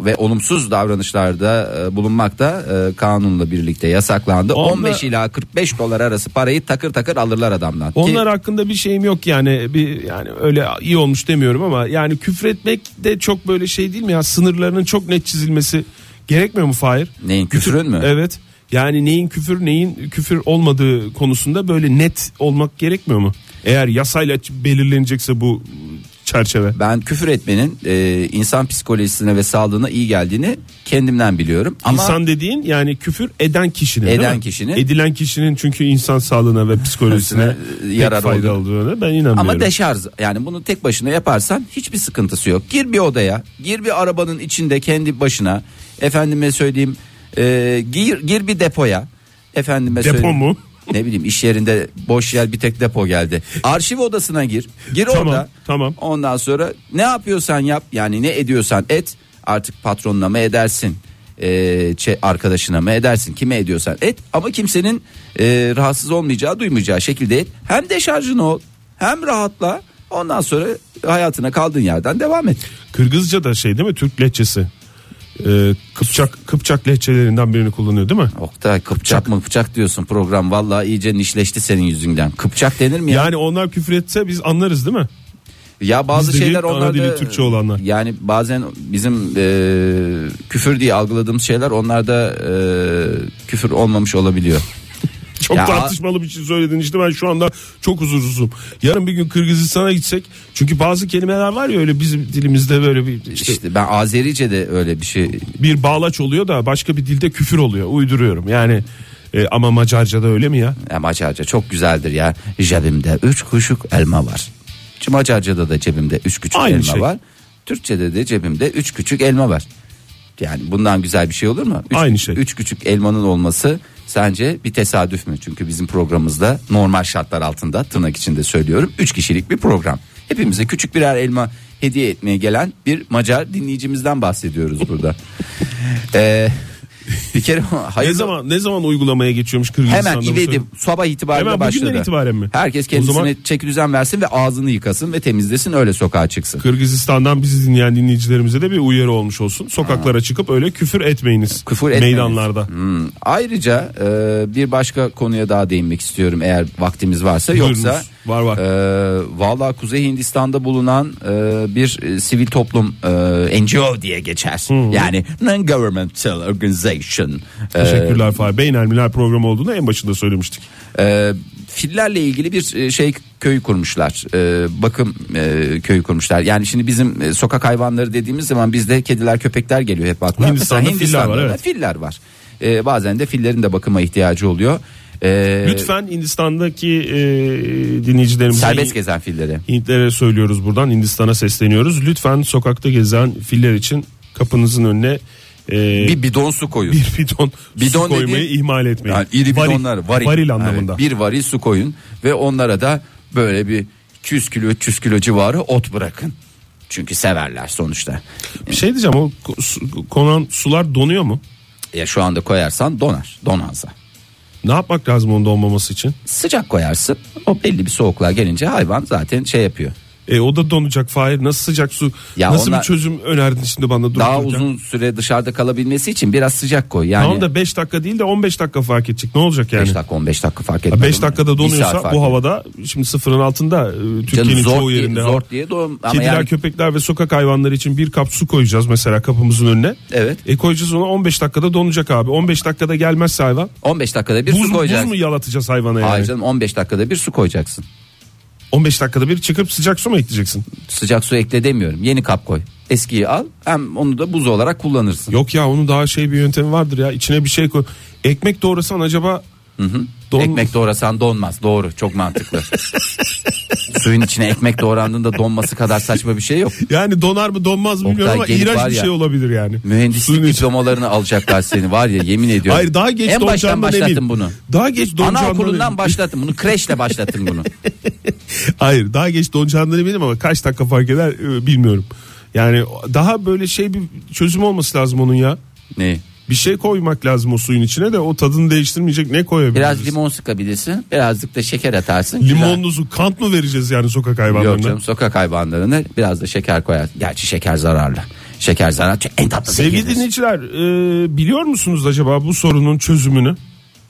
ve olumsuz davranışlarda e, bulunmak da e, kanunla birlikte yasaklandı.
Onlar-
15 ila 45 dolar arası parayı takır takır alırlar adamdan. Ki-
Onlar hakkında bir şeyim yok yani bir yani öyle iyi olmuş demiyorum ama yani küfretmek de çok böyle şey değil mi ya sınırlarının çok net çizilmesi gerekmiyor mu Fahir?
Neyin, küfrün mü?
Evet. Yani neyin küfür neyin küfür olmadığı konusunda böyle net olmak gerekmiyor mu? Eğer yasayla belirlenecekse bu çerçeve.
ben küfür etmenin e, insan psikolojisine ve sağlığına iyi geldiğini kendimden biliyorum. Ama
İnsan dediğin yani küfür eden kişinin değil
Eden
mi?
kişinin.
Edilen kişinin çünkü insan sağlığına ve psikolojisine
Yarar
yarar fayda olduğunu ben inanmıyorum.
Ama deşarj yani bunu tek başına yaparsan hiçbir sıkıntısı yok. Gir bir odaya, gir bir arabanın içinde kendi başına. Efendime söyleyeyim, e, gir gir bir depoya. Efendime
Depo
söyleyeyim.
mu?
Ne bileyim iş yerinde boş yer bir tek depo geldi. Arşiv odasına gir. Gir
Tamam,
orada.
tamam.
Ondan sonra ne yapıyorsan yap yani ne ediyorsan et. Artık patronlama edersin. e, çe- arkadaşına mı edersin kime ediyorsan et ama kimsenin e, rahatsız olmayacağı duymayacağı şekilde et hem de şarjını ol hem rahatla ondan sonra hayatına kaldığın yerden devam et.
Kırgızca da şey değil mi? Türk lehçesi. Ee, Kıpçak Kıpçak lehçelerinden birini kullanıyor değil mi?
Oktay kıpçak mı kıpçak diyorsun program vallahi iyice nişleşti senin yüzünden. Kıpçak denir mi ya?
Yani onlar küfür etse biz anlarız değil mi?
Ya bazı
Bizde
şeyler
değil, ana
onlarda
dili Türkçe olanlar.
Yani bazen bizim e, küfür diye algıladığımız şeyler onlarda e, küfür olmamış olabiliyor.
Çok
Ya-
tartışmalı bir şey söyledin işte ben şu anda çok huzursuzum. Yarın bir gün Kırgızistan'a gitsek çünkü bazı kelimeler var ya öyle bizim dilimizde böyle bir işte
İşte ben Azerice'de öyle bir şey
bir bağlaç oluyor da başka bir dilde küfür oluyor. Uyduruyorum yani e, ama Macarca'da öyle mi ya?
Ya Macarca çok güzeldir ya. Cebimde üç kuşuk elma var. Şimdi Macarca'da da cebimde üç küçük
Aynı
elma
şey.
var. Türkçe'de de cebimde üç küçük elma var. Yani bundan güzel bir şey olur mu? Üç,
Aynı şey.
Üç küçük elmanın olması sence bir tesadüf mü? Çünkü bizim programımızda normal şartlar altında tırnak içinde söylüyorum. Üç kişilik bir program. Hepimize küçük birer elma hediye etmeye gelen bir Macar dinleyicimizden bahsediyoruz burada. Ee, bir kere hayır.
Ne zaman ne zaman uygulamaya geçiyormuş Kırgızistan'da?
Hemen
bu
ivedi
söyle-
sabah itibariyle
Hemen
başladı.
bugünden itibaren mi?
Herkes
O
kendisine
zaman-
çeki düzen versin ve ağzını yıkasın ve temizlesin öyle sokağa çıksın.
Kırgızistan'dan bizi dinleyen dinleyicilerimize de bir uyarı olmuş olsun. Sokaklara çıkıp öyle küfür etmeyiniz.
Küfür etmeyiniz.
Meydanlarda.
Hmm. Ayrıca e, bir başka konuya daha değinmek istiyorum eğer vaktimiz varsa
Buyurunuz.
yoksa.
Var, var.
e, Valla Kuzey Hindistan'da bulunan e, bir e, sivil toplum e, NGO diye geçer. Yani non-governmental organization. E,
Teşekkürler Fahir. Beynelmiler programı olduğunu en başında söylemiştik.
Ee, fillerle ilgili bir e, şey köy kurmuşlar. Ee, bakım e, köyü kurmuşlar. Yani şimdi bizim e, sokak hayvanları dediğimiz zaman bizde kediler, köpekler geliyor hep akla.
Hindistan'da
Mesela
filler var,
da
evet.
Filler var. Ee, bazen de fillerin de bakıma ihtiyacı oluyor. Ee,
Lütfen Hindistan'daki e, dinleyicilerimize
serbest gezen filleri.
Hintlere söylüyoruz buradan Hindistan'a sesleniyoruz. Lütfen sokakta gezen filler için kapınızın önüne e, bir,
Bir bidon su koyun.
bidon,
Bidon
su koymayı
dediğim-
ihmal etmeyin.
Yani iri
Varil.
bidonlar varil.
Varil anlamında.
Evet, bir varil su koyun ve onlara da böyle bir 200 kilo 300 kilo civarı ot bırakın. Çünkü severler sonuçta.
Bir şey diyeceğim o ko- su- konan sular donuyor mu?
Ya şu anda koyarsan donar. Donanza.
Ne yapmak lazım onun donmaması için?
sıcak koyarsın. O belli bir soğukluğa gelince hayvan zaten şey yapıyor.
E, o da donacak Fahir. Nasıl sıcak su?
Ya
nasıl
onlar-
bir çözüm önerdin şimdi bana? durup
Daha
dururken?
uzun süre dışarıda kalabilmesi için biraz sıcak koy. Yani
Tamam da 5 dakika değil de 15 dakika fark edecek. Ne olacak yani?
5 dakika 15 dakika fark etmez.
5
ama yani.
dakikada
Bir saat
donuyorsa
fark
bu
etmez.
havada şimdi sıfırın altında e,
Canım
Türkiye'nin
zor
çoğu
diye-
yerinde.
zor diye doğum- ama
Kediler,
yani-
köpekler ve sokak hayvanları için bir kap su koyacağız mesela kapımızın önüne.
Evet.
E koyacağız ona 15 dakikada donacak abi. 15 dakikada gelmezse hayvan.
15 dakikada bir
Buz,
su
mu- buz
koyacaksın.
mu yalatacağız hayvana yani?
Hayır canım 15 dakikada bir su koyacaksın.
15 dakikada bir çıkıp sıcak su mu ekleyeceksin?
Sıcak su ekle demiyorum. Yeni kap koy. Eskiyi al hem onu da buz olarak kullanırsın.
Yok ya onun daha şey bir yöntemi vardır ya. İçine bir şey koy. Ekmek doğrasan acaba Don...
Ekmek doğrasan donmaz. Doğru. Çok mantıklı. Suyun içine ekmek doğrandığında donması kadar saçma bir şey yok.
Yani donar mı donmaz mı bilmiyorum ama
Oktay gelip var
iğrenç bir
ya,
şey olabilir yani.
Mühendislik
Suyun içi-
diplomalarını alacaklar seni var ya yemin ediyorum.
Hayır daha geç
En baştan
donacağından
başlattın
emin.
bunu.
Daha geç
Ana
donacağından
okulundan
emin.
başlattın bunu kreşle başlattın bunu.
Hayır daha geç donacağından eminim ama kaç dakika fark eder e, bilmiyorum. Yani daha böyle şey bir çözüm olması lazım onun ya.
Neyi?
Bir şey koymak lazım o suyun içine de o tadını değiştirmeyecek ne koyabiliriz?
Biraz limon sıkabilirsin birazcık da şeker atarsın. Güzel.
Limonlu su kant mı vereceğiz yani sokak hayvanlarına?
Yok canım sokak hayvanlarını biraz da şeker koyar. Gerçi şeker zararlı. Şeker zararlı. Çünkü En tatlı
Sevgili
şekerdir.
dinleyiciler e, biliyor musunuz acaba bu sorunun çözümünü?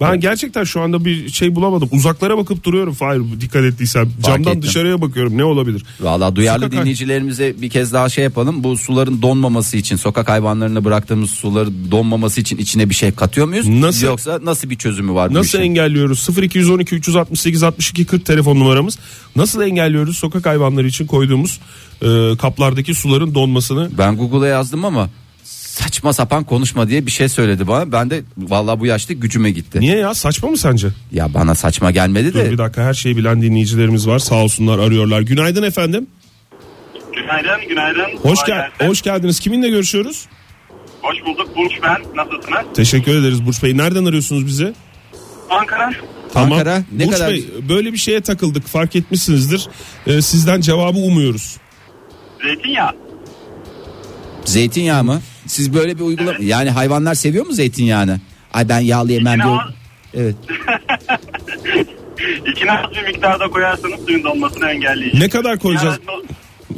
Ben gerçekten şu anda bir şey bulamadım. Uzaklara bakıp duruyorum Fahir dikkat ettiysen. Camdan
ettim.
dışarıya bakıyorum ne olabilir?
Valla duyarlı
Sokak hay-
dinleyicilerimize bir kez daha şey yapalım. Bu suların donmaması için sokak hayvanlarına bıraktığımız suları donmaması için içine bir şey katıyor muyuz?
Nasıl-
Yoksa nasıl bir şey. çözümü var bu
Nasıl
işin?
engelliyoruz? 0212 368 62 40 telefon numaramız. Nasıl engelliyoruz sokak hayvanları için koyduğumuz e, kaplardaki suların donmasını?
Ben Google'a yazdım ama saçma sapan konuşma diye bir şey söyledi bana. Ben de vallahi bu yaşta gücüme gitti.
Niye ya saçma mı sence?
Ya bana saçma gelmedi
Dur
de
bir dakika her şeyi bilen dinleyicilerimiz var sağ olsunlar arıyorlar. Günaydın efendim.
Günaydın, günaydın.
Hoş,
Kolay
gel
gelsin.
hoş geldiniz. Kiminle görüşüyoruz?
Hoş bulduk. Burç ben. Nasılsınız?
Teşekkür ederiz Burç Bey. Nereden arıyorsunuz bizi?
Ankara.
Ankara, ne
Burç
kadar-
Bey böyle bir şeye takıldık fark etmişsinizdir. E, sizden cevabı umuyoruz.
Zeytinyağı.
zeytinyağı mı? Siz böyle bir uygulama yani hayvanlar seviyor mu zeytinyağını? Ay ben yağlı yemem
İçine
diyor.
al.
Evet.
İçine az bir miktarda koyarsanız suyun donmasını engelleyici.
Ne kadar koyacağız?
Yani-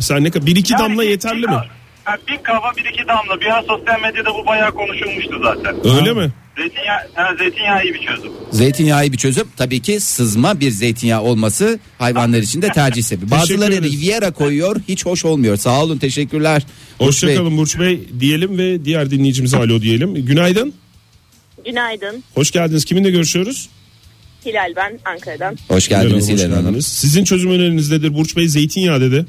Sen ne kadar? Bir iki damla
yani
yeterli
bir şey
mi?
ka- ha, Bir kava bir iki damla. Bir ara sosyal medyada bu bayağı konuşulmuştu zaten.
Öyle mi?
Zeytinyağı, ha, zeytinyağı iyi bir çözüm.
Zeytinyağı iyi bir çözüm. Tabii ki sızma bir zeytinyağı olması hayvanlar için de tercih sebebi. Bazıları
ederiz.
Riviera koyuyor hiç hoş olmuyor. Sağ olun teşekkürler. Hoş Bey.
Hoşçakalın Burç Bey diyelim ve diğer dinleyicimize alo diyelim. Günaydın.
Günaydın.
Hoş geldiniz. Kiminle görüşüyoruz?
Hilal ben Ankara'dan.
Hoş geldiniz
Merhaba, hoş
Hilal Hanım.
geldiniz. Sizin çözüm öneriniz nedir? Burç Bey zeytinyağı dedi.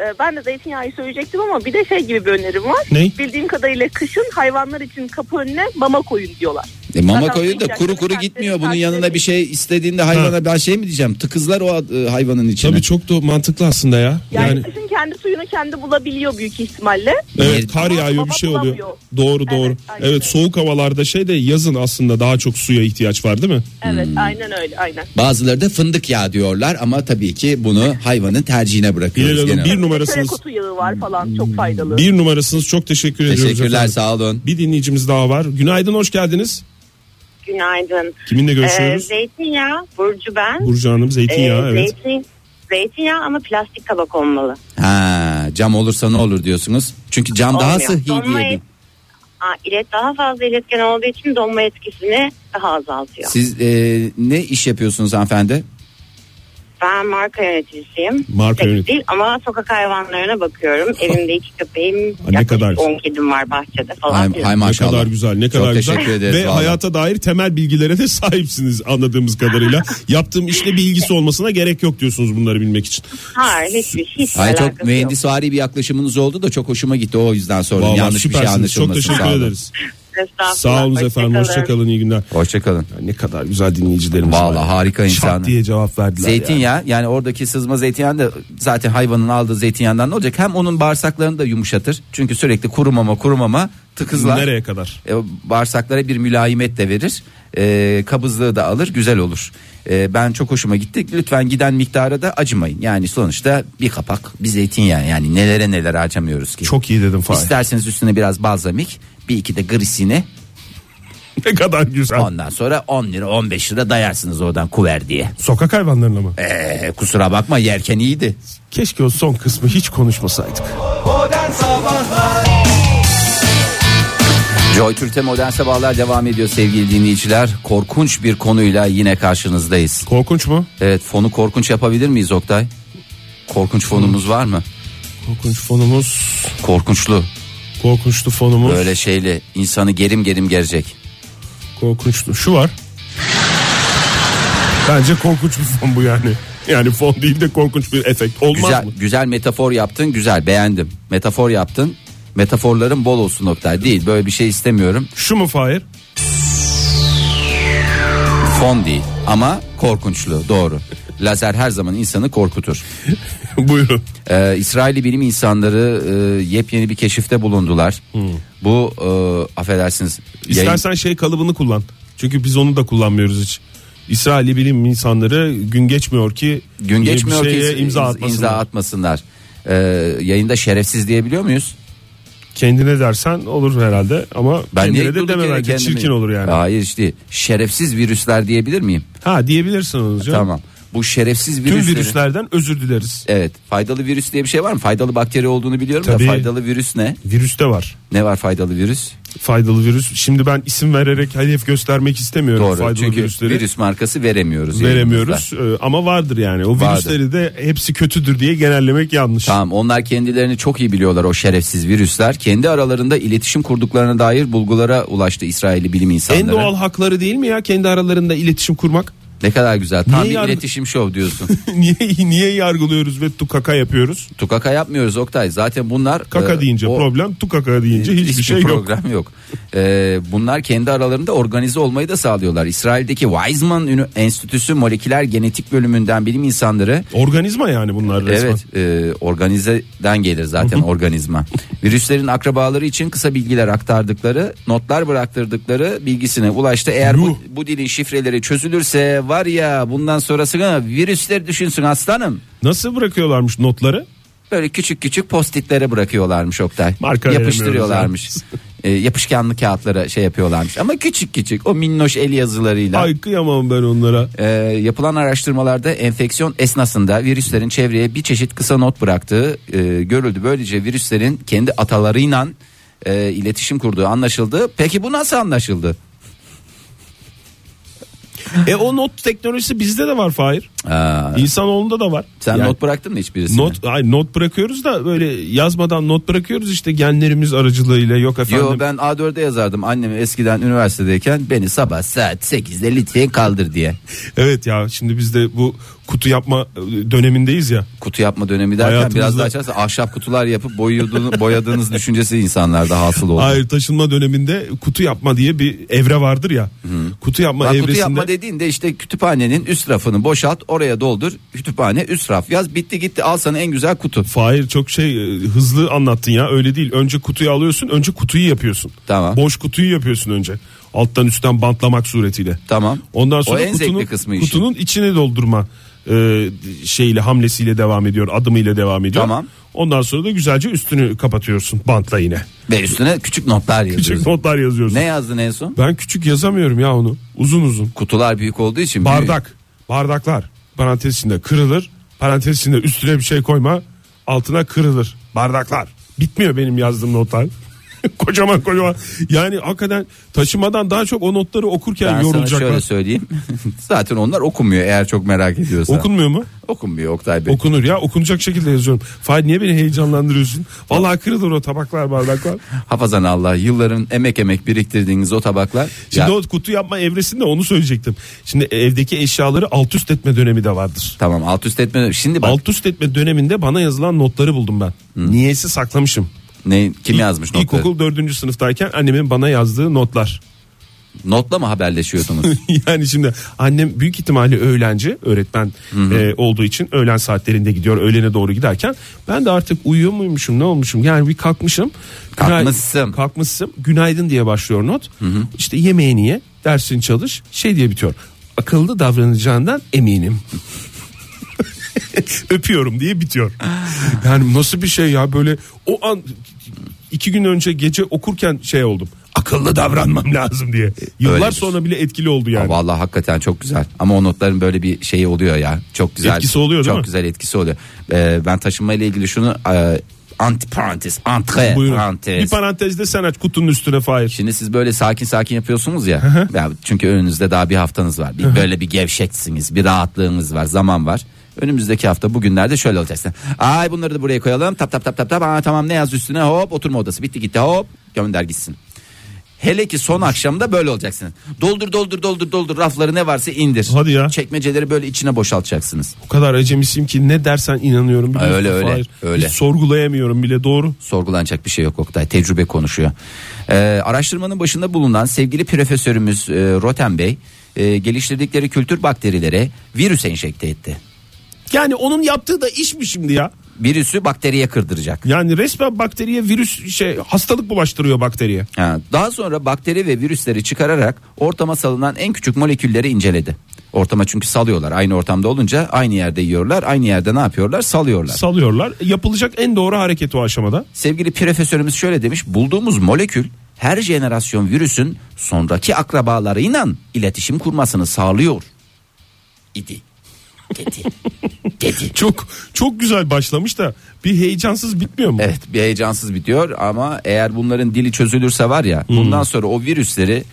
Ee, ben de zeytinyağı söyleyecektim ama bir de şey gibi bir önerim var.
Ney?
Bildiğim kadarıyla kışın hayvanlar için kapı önüne mama koyun diyorlar.
E mama
Zaten
koyun da
sıcak,
kuru kuru
sıcak,
gitmiyor.
sıcak,
Bunun
sıcak.
yanına bir şey istediğinde hayvana ben şey mi diyeceğim? Tıkızlar o e, hayvanın içine.
Tabii çok da mantıklı aslında ya.
Yani,
Yani,
kışın kendi suyunu kendi bulabiliyor büyük ihtimalle.
evet, kar
Ama
yağıyor bir
baba
şey oluyor.
bulamıyor.
Doğru
Evet,
doğru.
aynen
Evet
öyle.
soğuk havalarda şey de yazın aslında daha çok suya ihtiyaç var değil mi?
Evet
Hmm.
aynen öyle aynen.
Bazıları da fındık yağı diyorlar ama tabii ki bunu hayvanın tercihine bırakıyoruz
Hilal Hanım
genel.
bir
Şöyle
numarasınız. Hmm.
kutu yağı var falan çok faydalı.
Bir numarasınız çok teşekkür ediyoruz.
Teşekkürler
efendim.
sağ olun.
Bir dinleyicimiz daha var. Günaydın hoş geldiniz.
Günaydın.
Kiminle görüşüyoruz?
Ee, zeytinyağı, Burcu ben.
Burcu Hanım zeytinyağı
Ee,
evet.
Zeytin, zeytinyağı ama plastik tabak olmalı.
Ha, cam olursa ne olur diyorsunuz? Çünkü cam daha
Olmuyor.
sıhhi
Donma
diye.
et- Aa, ilet daha fazla iletken olduğu için donma etkisini daha azaltıyor.
Siz e, ne iş yapıyorsunuz hanımefendi?
Ben marka yöneticisiyim.
Marka
Pek
yönet-
değil ama sokak hayvanlarına bakıyorum. Evimde iki köpeğim,
ne
yaklaşık
kadar-
10 kedim var bahçede falan.
Hay,
filan.
hay
Ne
maşallah.
kadar güzel, ne kadar
Çok
güzel.
teşekkür ederiz.
Ve
vallahi.
hayata dair temel bilgilere de sahipsiniz anladığımız kadarıyla. Yaptığım işte bilgisi olmasına gerek yok diyorsunuz bunları bilmek için.
Hayır hiçbir hiç
Hayır, çok
alakası
mühendisvari bir yaklaşımınız oldu da çok hoşuma gitti o yüzden sordum.
Vallahi
Yanlış bir şey
süpersiniz. Çok
anlaşılmasın.
teşekkür
sağ olun.
ederiz.
yok. Estağfurullah.
Sağ olun
Hoşça
efendim.
kalın.
Hoşçakalın. iyi günler.
Hoşçakalın.
Ya ne kadar güzel dinleyicilerimiz var.
Vallahi harika
Şak
insan.
diye cevap verdiler. yani.
Zeytinyağı yani oradaki sızma zeytinyağı da zaten hayvanın aldığı zeytinyağından ne olacak? Hem onun bağırsaklarını da yumuşatır. Çünkü sürekli kurumama kurumama tıkızlar.
Nereye kadar?
E, bağırsaklara bir mülayimet de verir. E, kabızlığı da alır güzel olur. E, ben çok hoşuma gitti. Lütfen giden miktara da acımayın. Yani sonuçta bir kapak bir zeytinyağı yani nelere neler harcamıyoruz ki.
Çok iyi dedim Fahir.
İsterseniz üstüne biraz balzamik bir iki de grisini
ne kadar güzel.
ondan sonra 10 lira 15 lira dayarsınız oradan kuver diye.
Sokak hayvanlarına mı?
E, kusura bakma yerken iyiydi.
Keşke o son kısmı hiç konuşmasaydık.
Modern Sabahlar
Joy Türk'te modern sabahlar devam ediyor sevgili dinleyiciler. Korkunç bir konuyla yine karşınızdayız.
Korkunç mu?
Evet fonu korkunç yapabilir miyiz Oktay? Korkunç fonumuz var mı?
Korkunç fonumuz.
Korkunçlu
Korkunçlu fonumuz.
böyle şeyle insanı gerim gerim gerecek.
Korkunçlu. Şu var. Bence korkunç bir fon bu yani. Yani fon değil de korkunç bir efekt. Olmaz
Güzel
mı?
güzel metafor yaptın güzel beğendim. Metafor yaptın metaforların bol olsun Oktay değil böyle bir şey istemiyorum.
Şu mu Fahir?
Fon değil ama korkunçlu doğru. Lazer her zaman insanı korkutur.
Buyurun.
Ee, İsrail'i bilim insanları e, yepyeni bir keşifte bulundular. Bu e, affedersiniz. yayın-
Hmm. İstersen şey kalıbını kullan. Çünkü biz onu da kullanmıyoruz hiç. İsrail'i bilim insanları gün geçmiyor ki
gün geçmiyor
bir şeye
ki
imza
imza,
atmasın.
imza atmasınlar. Ee, yayında şerefsiz diyebiliyor muyuz?
Kendine dersen olur herhalde ama kendine de
durduk
deme
yere
belki
kendimi-
çirkin olur yani.
Hayır işte şerefsiz virüsler diyebilir miyim?
Ha diyebilirsin onu canım.
Tamam. Bu şerefsiz
Tüm
virüsleri...
virüslerden özür dileriz.
Evet faydalı virüs diye bir şey var mı? Faydalı bakteri olduğunu biliyorum
Tabii.
da faydalı virüs ne?
Virüste var.
Ne var faydalı virüs?
Faydalı virüs. Şimdi ben isim vererek hedef göstermek istemiyorum.
Doğru
faydalı
çünkü
virüsleri.
virüs markası veremiyoruz. yayınımızda.
veremiyoruz Ee, ama vardır yani. O
Vardır.
virüsleri de hepsi kötüdür diye genellemek yanlış.
Tamam onlar kendilerini çok iyi biliyorlar o şerefsiz virüsler. Kendi aralarında iletişim kurduklarına dair bulgulara ulaştı İsrailli bilim insanları.
En doğal hakları değil mi ya kendi aralarında iletişim kurmak?
Ne kadar güzel. Tam
Niye
bir
yardım-
iletişim şov diyorsun.
niye niye yargılıyoruz ve tukaka yapıyoruz?
Tukaka yapmıyoruz Oktay. Zaten bunlar
Kaka
e,
deyince
o-
problem, tukaka deyince hiçbir, şey yok.
program yok. E, bunlar kendi aralarında organize olmayı da sağlıyorlar. İsrail'deki Weizmann Ünü- Enstitüsü moleküler genetik bölümünden bilim insanları
Organizma yani bunlar resmen.
Evet e, organizeden gelir zaten organizma. Virüslerin akrabaları için kısa bilgiler aktardıkları, notlar bıraktırdıkları bilgisine ulaştı. Eğer
Yuh.
bu, bu dilin şifreleri çözülürse var ya bundan sonrasını virüsler düşünsün aslanım.
Nasıl bırakıyorlarmış notları?
böyle küçük küçük postitlere bırakıyorlarmış Oktay.
Marka
Yapıştırıyorlarmış. E, yapışkanlı kağıtlara şey yapıyorlarmış ama küçük küçük o minnoş el yazılarıyla.
Ay kıyamam ben onlara.
E, yapılan araştırmalarda enfeksiyon esnasında virüslerin çevreye bir çeşit kısa not bıraktığı e, görüldü. Böylece virüslerin kendi atalarıyla e, iletişim kurduğu anlaşıldı. Peki bu nasıl anlaşıldı?
E o not teknolojisi bizde de var Fahir.
Aa,
İnsanoğlunda da var.
sen
Yani
not bıraktın mı hiçbirisine?
not hayır, not bırakıyoruz da böyle yazmadan not bırakıyoruz işte genlerimiz aracılığıyla yok efendim.
Yo ben A4'e yazardım annemi eskiden üniversitedeyken beni sabah saat 8'de liteye kaldır diye.
Evet ya şimdi biz de bu kutu yapma e, dönemindeyiz ya.
Kutu yapma dönemi derken
Hayatımızda-
biraz daha açarsa ahşap kutular yapıp boyadığınız, boyadığınız düşüncesi insanlarda hasıl oldu.
Hayır taşınma döneminde kutu yapma diye bir evre vardır ya. Kutu yapma
Bak,
evresinde.
kutu yapma dediğinde işte kütüphanenin üst rafını boşalt oraya doldur kütüphane üst raf yaz bitti gitti al sana en güzel kutu.
Fahir çok şey e, hızlı anlattın ya öyle değil. Önce kutuyu alıyorsun önce kutuyu yapıyorsun.
Tamam.
Boş kutuyu yapıyorsun önce. Alttan üstten bantlamak suretiyle.
Tamam.
Ondan sonra
o en
kutunun,
zevkli kısmı işin.
kutunun içine doldurma e, şeyle hamlesiyle devam ediyor adımıyla devam ediyor.
Tamam.
Ondan sonra da güzelce üstünü kapatıyorsun bantla yine.
Ve üstüne küçük notlar
Küçük
yazıyorsun.
notlar yazıyorsun.
Ne yazdın en son?
Ben küçük yazamıyorum ya onu uzun uzun.
Kutular büyük olduğu için. büyük.
Bardak bardaklar parantez içinde kırılır parantez içinde üstüne bir şey koyma altına kırılır bardaklar. Bitmiyor benim yazdığım notlar. kocaman kocaman yani hakikaten taşımadan daha çok o notları okurken
Ben sana
yorulacaklar.
şöyle söyleyeyim. Zaten onlar okunmuyor eğer çok merak ediyorsan.
Okunmuyor mu?
Okunmuyor Oktay Bey.
Okunur ya okunacak şekilde yazıyorum. Fahir niye beni heyecanlandırıyorsun? Vallahi kırılır o tabaklar bardaklar.
Hafazan Allah yılların emek emek biriktirdiğiniz o tabaklar.
Şimdi
Ya,
o kutu yapma evresinde onu söyleyecektim. Şimdi evdeki eşyaları alt üst etme dönemi de vardır.
Tamam alt üst etme. Şimdi bak
Alt üst etme döneminde bana yazılan notları buldum ben. Niyesi saklamışım.
ne, kim
İlk-
yazmış notları?
İlkokul dördüncü sınıftayken annemin bana yazdığı notlar.
Notla mı haberleşiyordunuz?
yani şimdi annem büyük ihtimalle öğlenci öğretmen e, olduğu için öğlen saatlerinde gidiyor öğlene doğru giderken ben de artık uyuyor muymuşum ne olmuşum yani bir kalkmışım Günay-
Kalkmışsın.
kalkmışsın günaydın diye başlıyor not işte yemeğini ye dersin çalış şey diye bitiyor akıllı davranacağından eminim öpüyorum diye bitiyor yani nasıl bir şey ya böyle o an iki gün önce gece okurken şey oldum akıllı davranmam lazım diye yıllar
Öyledir.
sonra bile etkili oldu yani
Aa, Vallahi hakikaten çok güzel. Ama o notların böyle bir şeyi oluyor ya. Çok güzel.
Etkisi oluyor değil
Çok
mi?
güzel etkisi oluyor. Ee, ben taşınma ile ilgili şunu e, anti parantez, antre
Buyurun. Bir
E, parantez.
parantezde sen aç kutunun üstüne Fahir.
Şimdi siz böyle sakin sakin yapıyorsunuz ya. ya çünkü önünüzde daha bir haftanız var. Bir böyle bir gevşeksiniz, bir rahatlığınız var, zaman var. Önümüzdeki hafta bugünlerde şöyle olacaksın. Ay bunları da buraya koyalım. Tap tap tap tap tap. Aa, tamam ne yaz üstüne hop oturma odası bitti gitti hop gönder gitsin. Hele ki son akşamda böyle olacaksın. Doldur doldur doldur doldur rafları ne varsa indir.
Hadi ya.
Çekmeceleri böyle içine boşaltacaksınız.
O kadar acemisiyim ki ne dersen inanıyorum. biliyorsun
Öyle, öyle,
Fahir.
öyle.
Hiç sorgulayamıyorum bile doğru.
sorgulanacak bir şey yok Oktay. Tecrübe konuşuyor. Ee, araştırmanın başında bulunan sevgili profesörümüz e, Rotem Bey e, geliştirdikleri kültür bakterilere virüs enjekte etti.
Yani onun yaptığı da iş mi şimdi ya?
Virüsü bakteriye kırdıracak.
Yani resmen bakteriye virüs şey hastalık bulaştırıyor bakteriye.
Ha, daha sonra bakteri ve virüsleri çıkararak ortama salınan en küçük molekülleri inceledi. Ortama çünkü salıyorlar. Aynı ortamda olunca aynı yerde yiyorlar. Aynı yerde ne yapıyorlar? Salıyorlar.
Salıyorlar. Yapılacak en doğru hareket o aşamada.
Sevgili profesörümüz şöyle demiş. Bulduğumuz molekül her jenerasyon virüsün sonraki akrabalarıyla iletişim kurmasını sağlıyor. İdi. Dedi. Dedi.
Çok çok güzel başlamış da bir heyecansız bitmiyor mu?
Evet bir heyecansız bitiyor ama eğer bunların dili çözülürse var ya bundan sonra o virüsleri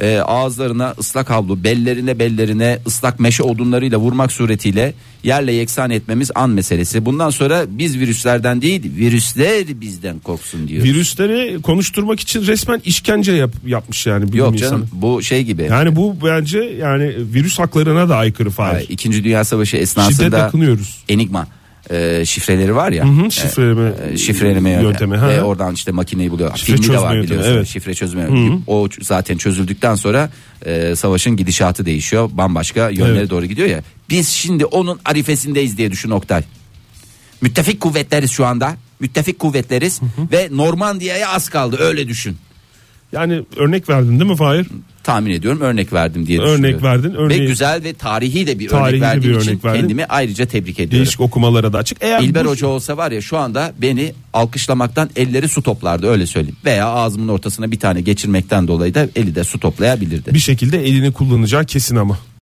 e, ağızlarına ıslak havlu bellerine bellerine ıslak meşe odunlarıyla vurmak suretiyle yerle yeksan etmemiz an meselesi. Bundan sonra biz virüslerden değil virüsler bizden korksun diyor.
Virüsleri konuşturmak için resmen işkence yap- yapmış yani bilim
Yok
insanı.
canım bu şey gibi.
Yani bu bence yani virüs haklarına da aykırı
Ay,
Fahir.
İkinci Dünya Savaşı
Şiddetle
esnasında
kınıyoruz.
Enigma e, şifreleri var ya.
Hı hı, şifreleme,
e, şifreleme yöntemi. E,
yöntemi, ha.
Ve oradan işte makineyi buluyor.
Şifre
Filmi de
çözme
var
yöntemi,
biliyorsun.
evet.
Şifre çözme yöntemi. O ç- zaten çözüldükten sonra e, savaşın gidişatı değişiyor. Bambaşka yönlere
Evet.
doğru gidiyor ya. Biz şimdi onun arifesindeyiz diye düşün Oktay. Müttefik kuvvetleriz şu anda. Müttefik kuvvetleriz ve Normandiya'ya az kaldı öyle düşün.
Yani örnek verdin değil mi Fahir?
tahmin ediyorum örnek verdim diye
Örnek
düşünüyorum.
verdin, örneği-
Ve güzel ve tarihi de bir
Tarihi
örnek
de
verdiğim
bir
için
örnek verdin.
kendimi ayrıca tebrik ediyorum.
Değişik okumalara da açık. Eğer
İlber
bu-
Hoca olsa var ya şu anda beni alkışlamaktan elleri su toplardı öyle söyleyeyim. Veya ağzımın ortasına bir tane geçirmekten dolayı da eli de su toplayabilirdi.
bir şekilde elini kullanacağı kesin ama.